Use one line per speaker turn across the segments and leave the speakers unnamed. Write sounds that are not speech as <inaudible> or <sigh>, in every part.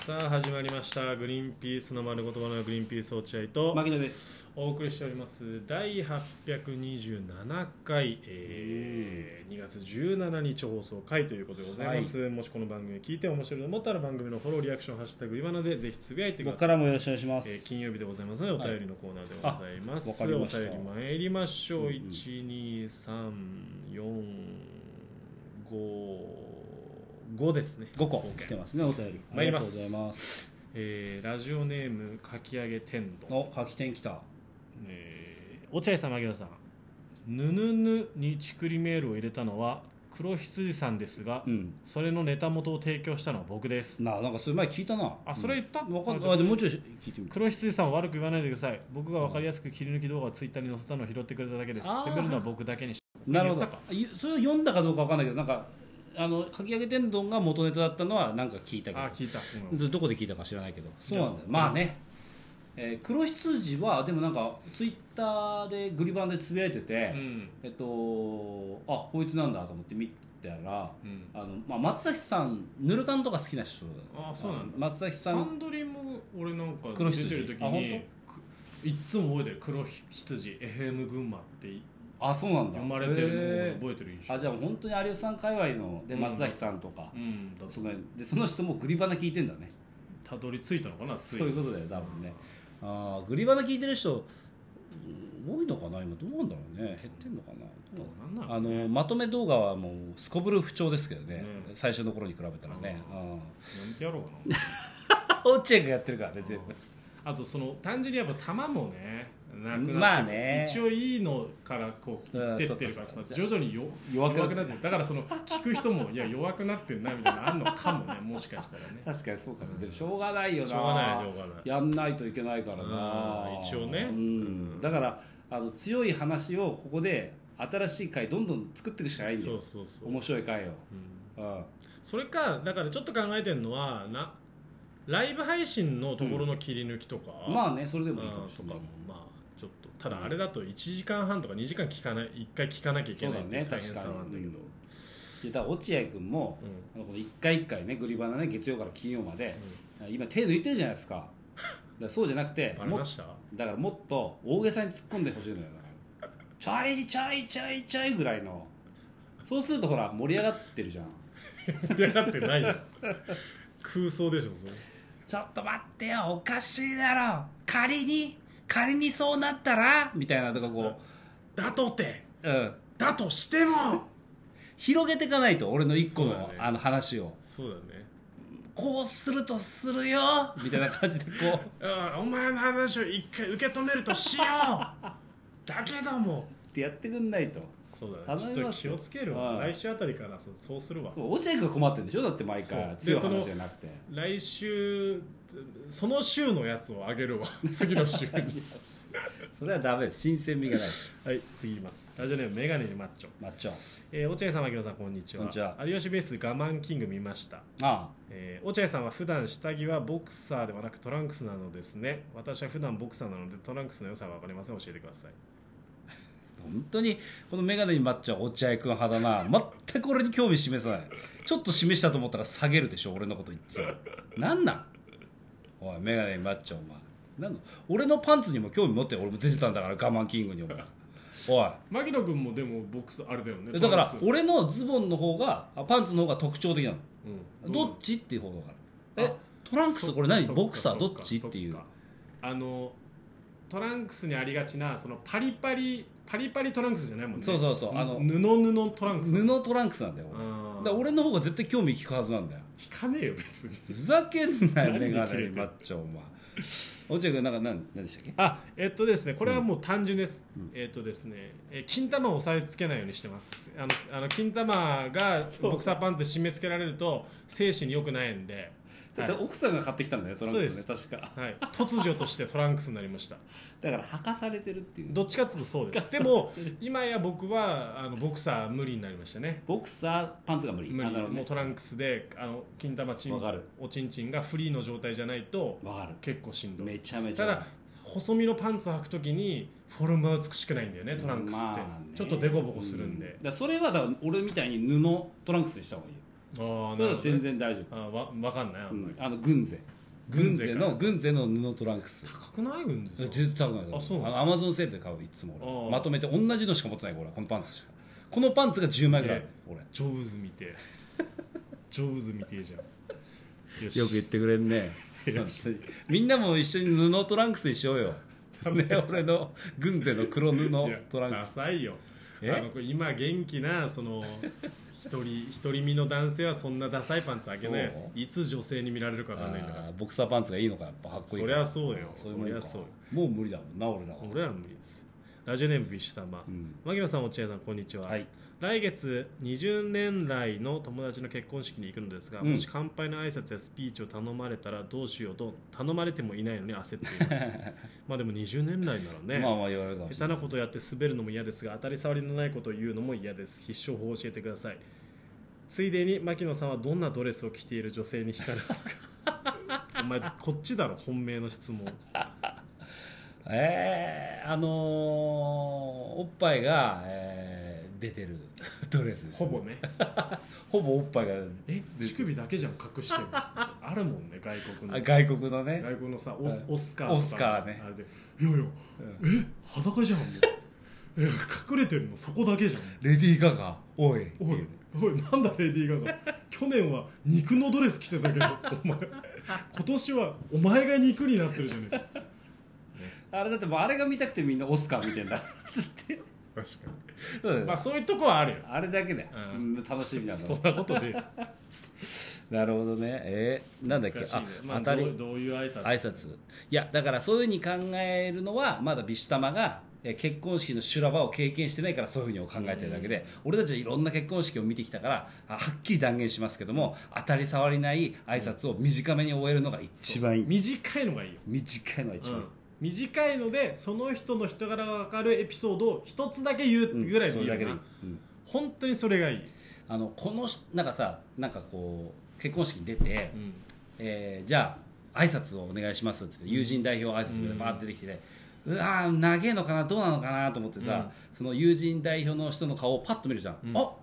さあ始まりました「グリーンピースの丸ごとバナナグリーンピース落合」と
牧野です
お送りしております第827回、えー2月17日放送回ということでございます、もしこの番組聞いて面白いと思ったら番組のフォローリアクション「ハッシュタググリバナ」でぜひつぶやいてくだ
僕
さ
か
い、
らもよろしくお願いします、
えー金曜日でございますのでお便りのコーナーでございます、
はいあわかりました
お便り参りましょう、
うんうん
12345ですね
5個
合計
来てますねお便りあ
参り
り
ま
がとう
す
ございます
えーラジオネームかき揚げ天丼、
お書き点来た
えー、落合さん槙野さん「ぬぬぬ」にちくりメールを入れたのは黒羊さんですが、
うん
それのネタ元を提供したのは僕です
なあなんかそれ前聞いたな
あそれ言った
うんわか
あ
っ
じゃあ
たあでもうちょい聞いてみる
黒羊さんを悪く言わないでください僕が分かりやすく切り抜き動画をツイッターに載せたのを拾ってくれただけです
あー
責めるのは僕だけにし
なるほ
言
ど
ったか
ゆそれを読んだかどうかわかんないけどなんかあのかき揚げ天丼が元ネタだったのはなんか聞いたけ
あ
ど
ー聞いた、うん
どどこで聞いたか知らないけどそうなんだよ
じゃあ
まあね、えー黒羊はでもなんかツイッターでグリバンでつぶやいてて、
うん
えっとあこいつなんだと思って見たら、
うん
あのまあ、松崎さんぬるかんとか好きな人だ
あそうなんだ
あの松崎さ
サ
ん
ンドリも俺なんか
黒
出
羊
てる時
あ
に
本
くいっつも覚えてる黒羊 FM 群馬って
あそうなんだ
読まれてる
へ
の
ー
を覚えてる印象
あじゃあ本当に有吉さん界隈ので
うん
松崎さんとか、
うんだと
そのでその人もグリバナ聞いてんだね
たどり着いたのかなつい
そういうことだよ多分ねあーグリバナ聞いてる人うん多いのかな今どうなんだろうね減ってんのかな
ど
どう
うなんだ
あ
ろうね
のまとめ動画はもうすこぶる不調ですけどね
ね
最初の頃に比べたらね
う
うん
やめてやろうかな
<laughs> 落合がやってるからね全部
<laughs> あとその単純にやっぱ球もねなくなって
まあね
一応いいのからこう
うん
いってってるからさ
そうかそう
徐
か
々によ
弱くな
弱くなってるだからその聞く人もいや弱くなってんなみたいなのあんのか <laughs> もねもしかしたらね
確かにそうかもでもしょうがないよな
しょうがないしょうがない
やんないといけないから
う
なん
一応ね
う
うん
んだからあの強い話をここで新しい回どんどん作っていくしかないんだ
そう
よ
そうそう、
面白い回を
うん
うん
それかだからちょっと考えてるのはなライブ配信のところの切り抜きとか、
まあねそれで
で
も
もい
いい
い
か
か
も
も
し
し
れ
れ
な
ないいまあちょっとただあれだと1時間半とか2時間聞かない1回聞かなきゃいけないっていう大変さなんだけど
そうだねでだから落合君も
うん
あのこの一回一回ねグリバナね月曜から金曜まで今手抜いてるじゃないですかだからそうじゃなく
<laughs>
て
バレ
も
ました
だからもっと大げさに突っ込んでほしいのよだからチャイチャイチャイチャイぐらいのそうするとほら盛り上がってるじゃん
盛り上がってないよ空想でしょそれ
ちょっと待ってよおかしいだろ仮に仮にそうなったらみたいなとかこ
だとて
う、うん、
だとしても
広げていかないと俺の一個
そう
の,、
だね
あの話を
そうだね
こうするとするよみたいな感じでこう
うんお前の話を一回受け止めるとしようだけども
ってやってくんないと
そうだねちょ
頼み
っと
ます
気をつけるわ
はい
来週あたりからそうそうするわ
そう落合君が困ってるんでしょだって毎回
そうで
強い
その
話じゃなくて
来週その週のやつをあげ <laughs> るわ次の週に
それはダメです新鮮味がないです
はい次いきますラジオネームメガネにマッチョ、
マッチョ
えー、落合さん槙野さんこんにちは
こんにちは
有吉ベース我慢キング見ました
あ
えー、落合さんは普段下着はボクサーではなくトランクスなのですね私は普段ボクサーなのでトランクスの良さは分かりません教えてください
本当にこの眼鏡にマッチョは落合君派だな全く俺に興味示さないちょっと示したと思ったら下げるでしょ俺のこといっつもなんなんおい眼鏡にマッチョお前なんの俺のパンツにも興味持ってよ俺も出てたんだから我慢キング
<laughs>
にお前おい
牧野君もでもボクサーあれだよね
だか
ト
ら
ランクス
俺のズボンの方があパンツの方が特徴的なの
うん、
どっちっていう方だからえ
あ
トランクスこれ何
そっか
ボクサーどっちっていう
そっかあのトランクスにありがちなそのパリパリパリパリトランクスじゃないもんね
そうそうそうあの
布布トランクス
布トランクスなんだよ俺
あー
だから俺の方が絶対興味引くはずなんだよ
引かねえよ別に
ふざけんなよ
何
メ
に
ガ
キレ
ネ
て
に
んの
マッチョお前落合君なんか何何でしたっけ
あえっとですねこれはもう単純です、
うん
えっとですねえ金玉を押さえつけないようにしてますあのあの金玉がボクサーパンツで締め付けられると精神に良くないんで、はい
だって奥さんが買ってきたんだよトランクスね
そ
確か
はい、突如としてトランクスになりました
だから履かされてるっていう
どっちかっていうとそうですでも今や僕はあのボクサー無理になりましたね
ボクサーパンツが無理
無
あ
理
なるほど
もう
ね
トランクスであの金玉チン
わかる
おちんちんがフリーの状態じゃないと
わか
結構しんど
る
い
めちゃめち
た
ゃ
だ細身のパンツ履くときにフォルムは美しくないんだよねトランクスって、
まあね
ちょっとデコボコするん
う
で
だ、からそれはだから俺みたいに布トランクスにした方がいいよ
ああ
それは全然大丈夫
あわ分かんないあ
うん
まり、
んあの軍勢軍勢
軍勢
の軍勢の布トランクス
高くない軍勢さん
全然高くない
あそう
のアマゾンセールで買ういつも
あ
俺
あ
まとめて同じのしか持ってない俺このパンツしかこのパンツが10枚ぐらいある
ね
俺
ジョブズ見て <laughs> ジョブズ見てえじゃんよし
よく言ってくれるね <laughs> 本当にみんなも一緒に布トランクスにしようよ、ね、俺の軍勢の黒布
いや
トランク
ダ
ス
サいよ
え
あのこれ今元気なその一人一人身の男性はそんなダサいパンツ開けない
そう
いつ女性に見られるか分かんないんだから
あーボクサーパンツがいいのかやっぱかっこいいから
そりゃそうよ
いうもんか
そりゃそうよ
もう無理だもんな俺らは
俺らは無理ですラジオネームビッシュ様、
うん
牧野さん落合さんこんにちは、
はい
来月20年来の友達の結婚式に行くのですが、
うん
もし乾杯の挨拶やスピーチを頼まれたらどうしようと頼まれてもいないのに焦っています
<laughs>
まあでも20年来ならね
まあまあ言われるかもしれ
下手なことをやって滑るのも嫌ですが当たり障りのないことを言うのも嫌です必勝法を教えてくださいついでに牧野さんはどんなドレスを着ている女性に惹かれますか <laughs> お前こっちだろ本命の質
<laughs>
問
ないえー、あのー、おっぱいが、えー出て
<laughs>
るドレスです、
ほぼね
ほぼおっぱいが
え乳首だけじゃん隠してるあるもんね外国の
あ外国のね
外国のさオス
はい
オスカーとか
オスカーね
あれでいやいや、え裸じゃんもう <laughs> いや隠れてるのそこだけじゃん
レディー・ガガおい
おいおいなんだレディー・ガガ去年は肉のドレス着てたけどお前今年はお前が肉になってるじゃねえか
あれだってもうあれが見たくてみんなオスカー見
<laughs>
てんだ
確か
そうだ
に
よ
まあそういうとこはあるよ
あれだけだよ、
う
うん楽しみなんだ
そんなことで
なるほどねえー、なんだっけ
難しい
あ
ね、まあ
当たり
どうどういう挨拶
挨拶いやだからそういうふうに考えるのはまだビシュタマがえー結婚式の修羅場を経験してないからそういうふうに考えてるだけで、俺たちはいろんな結婚式を見てきたからあはっきり断言しますけども当たり障りない挨拶を短めに終えるのが一番いい、
短いのがいいよ
短いのが一番いい、
うん短いのでその人の人柄が分かるエピソードを一つだけ言うってぐらい
そ
のい
れ
いよ
だ
な、
けでいい、うん
本当にそれがいい、
あのこのしなんかさなんかこう結婚式に出て、えーじゃあ挨拶をお願いしますって言って友人代表挨拶がバーって出てきて、うわー長えのかなどうなのかなと思ってさ、その友人代表の人の顔をパッと見るじゃん、
うん
あこ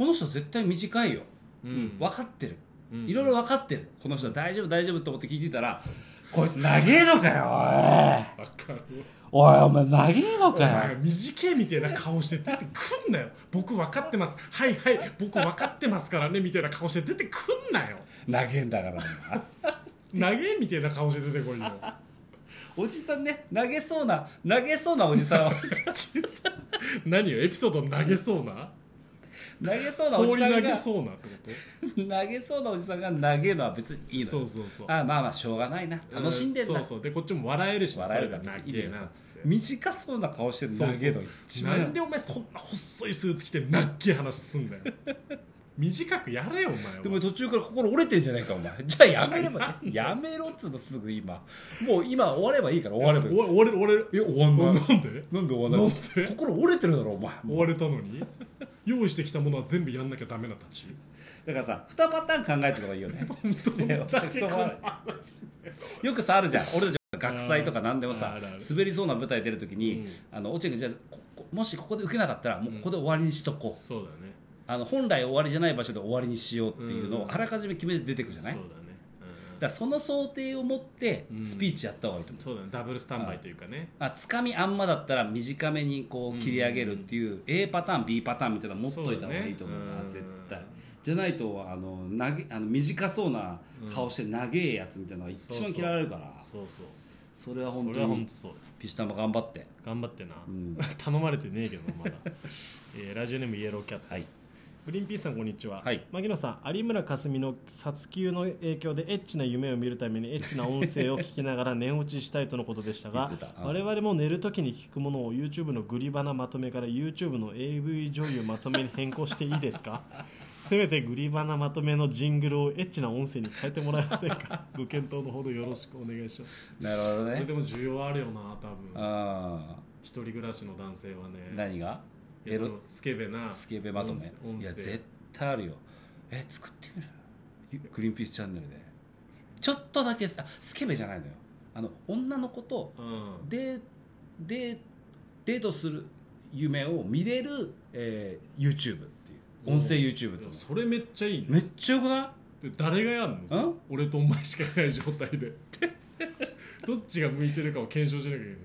の人絶対短いよ、
う
分かってる、
うん
いろいろ分かってるこの人は大丈夫大丈夫と思って聞いてたらこいつ長えのかよ
分かる
おいおいお前長えの
お
か
前
よ
短いみたいな顔して出てくんなよ僕分かってますはいはい僕分かってますからねみたいな顔して出てくんなよ
長えんだから
投げみたいな顔して出てこいよ
おじさんね投げそうな投げそうなおじさん <laughs> は
何よエピソード投げそうな
投げそうなお
放
じ
り
さ
投
んが
げそうなってこと
投げそうなおじさんが投げるのは別にいいの
そう
よ
そうそう
あまあまあしょうがないな楽しんでるな、
そうそうでこっちも笑えるし
笑えるから別
な
にいいのよ
なっつって
短そうな顔して
そう
投
そ
げ
う
る
そ
の
う
一番
なんでお前そんな細いスーツ着て
<laughs>
なっけえ話すんだよ短くやれよお前は
でも途中から心折れてんじゃないかお前じゃあやめれば
<laughs>
ねやめろっつうのすぐ今もう今終わればいいから終わればいい
お俺俺
え終わん
な
ない
んで
なんで終わんない
なんで
心折れてるだろお前
追われたのに <laughs> 用意してきたものは全部やんなきゃダメなたち
だからさ2パターン考えて <laughs> るのがいいよねね
だけこの話
よくさあるじゃん俺たち学祭とか何でもさ
あるある
滑りそうな舞台出るときに、
うん
あの落合君じゃあここもしここで受けなかったらもうここで終わりにしとこう、
そうだね
あの本来終わりじゃない場所で終わりにしようっていうの
う
を
ん
あらかじめ決めて出てくるじ
そ
ゃ
う
な
だ
い、
ね
だからその想定を持って
うん
スピーチやった方がいいと思う、
そうだねダブルスタンバイというかね
あつかみあんまだったら短めにこう切り上げるっていう、A パターン B パターンみたいなの持っといた方がいいと思う
そうだ
な
ねうん
絶対じゃないとあの投げあの短そうな顔して長えやつみたいなのが一番嫌われるからそ
そうそう
れは本
そ
当
れは本
に
当そうだ
ピシュタマ頑張って
頑張ってな、
うん
<laughs> 頼まれてねえけどまだ、
<laughs>
えーラジオネームイエローキャット
はい
グリーンピースさんこんにちは、
はい
牧野さん有村架純の殺球の影響でエッチな夢を見るためにエッチな音声を聞きながら寝落ちしたいとのことでしたが
言ってたうん
我々も寝る時に聞くものを YouTube のグリバナまとめから YouTube の AV 女優まとめに変更していいです
<laughs>
かせめてグリバナまとめのジングルをエッチな音声に変えてもらえませんかご検討のほどよろしくお願いします
なるほど
これ
ね
でも需要あるよな多分
あ
一人暮らしの男性は
ー
ね
何が
いやそのスケベな
スケベまと
音
め
声
いや絶対あるよえ作ってみるゆグリーンピースチャンネルでちょっとだけあスケベじゃないのよあの女の子と
うん
デーデーデートする夢を見れる、えー YouTube っていう音声 YouTube っていう
それめっちゃいい
の
ね
めっちゃよくない
で誰がやんの
ん
俺とお前しかいない状態で <laughs> どっちが向いてるかを検証しなきゃいけない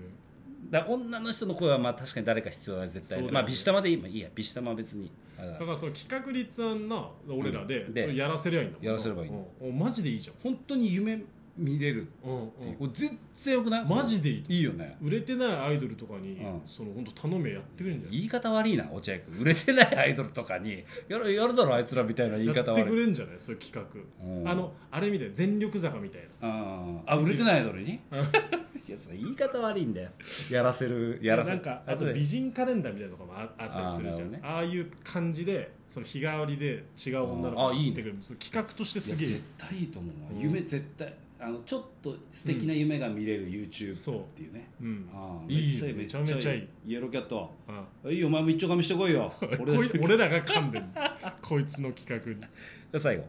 だから女の人の声はまあ確かに誰か必要だね絶
そう
対
だよね
まあビシタマでいいまあいいやビシタマは別にあれだ
だからその企画立案な俺らで,、
うんで
それやらせりゃいいんだもんな
やらせればいいの
うんおマジでいいじ
本当に夢見れるっ
ゃん、うんうん
ていうこれ全然よくない
マジでいいと
いいよね
売れてないアイドルとかに、
うん
その本当頼めやってくれんじゃない
言い方悪いな落合君売れてないアイドルとかにやるやるだろあいつらみたいな言い方
やってく
悪い
れんじゃないそういう企
うん
画あのあれみたいな全力坂みたいな
ああ売れてないアイドルに <laughs> いやそれ言い方悪いんだよやらせるやらせ
な
る
んかあと美人カレンダーみたいなとかもああったりするじゃん
あーなるほどね
ああいう感じでその日替わりで違う女の子
あ
が
ーいいね
ってくるその企画として
いや
すげえ
絶対いいと思うな、
うん
夢絶対あのちょっと素敵な夢が見れる YouTube
そう
っていうね、
うん
ああ
いいよ
め
め
っ
ちゃめちゃいい
イエローキャット
あ
いいよお前も一丁噛みしてこいよ
ー
<laughs> 俺た
<laughs> こい俺らが噛んでるこいつの企画に
最後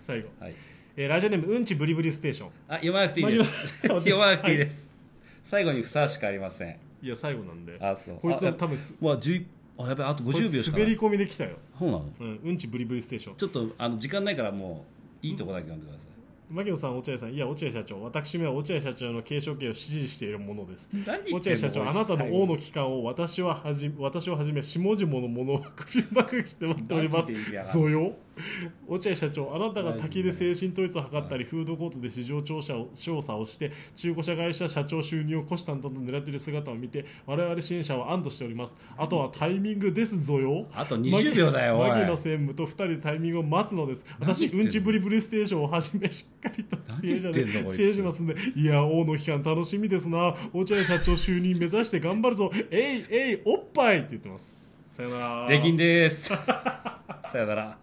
最後、
はい
えーラジオネームうんちブリブリステーション
あ読まなくていいです
まあ
読まなくていいです、最後にふさわしくありません
いや最後なんで
あそう
こいつは
あ
多分す
まあ11あやべあと
こい
50秒
つ
しか
滑
ない
り込みで来たよ、
そうなの
うん、うんちブリブリステーション
ちょっとあの時間ないからもういいとこだけ読んでくださ
牧野さん落合さんいや落合社長私めは落合社長の継承権を支持しているものです
い、何言っ
落
てん
合
の
社長あなたの王の期間を私ははじ私をはじめ下々のものを首ばかりして待っております
マジで嫌だ
ぞよ落合社長あなたが滝で精神統一を図ったりフードコートで市場調査を調査をして中古車会社社長収入を虎視眈々と狙っている姿を見て我々支援者は安堵しておりますあとはタイミングですぞよ
あと20秒だよおい
牧野専務と2人でタイミングを待つのです私
何言ってん
う
の
んちブリブリステーションをはじめしっかりと
何言ってんのこいつ
支援しますんでいや王の期間楽しみですな落合社長就任目指して頑張るぞえいえいお
<laughs>
っぱいって言ってますさよなら
できんですさよなら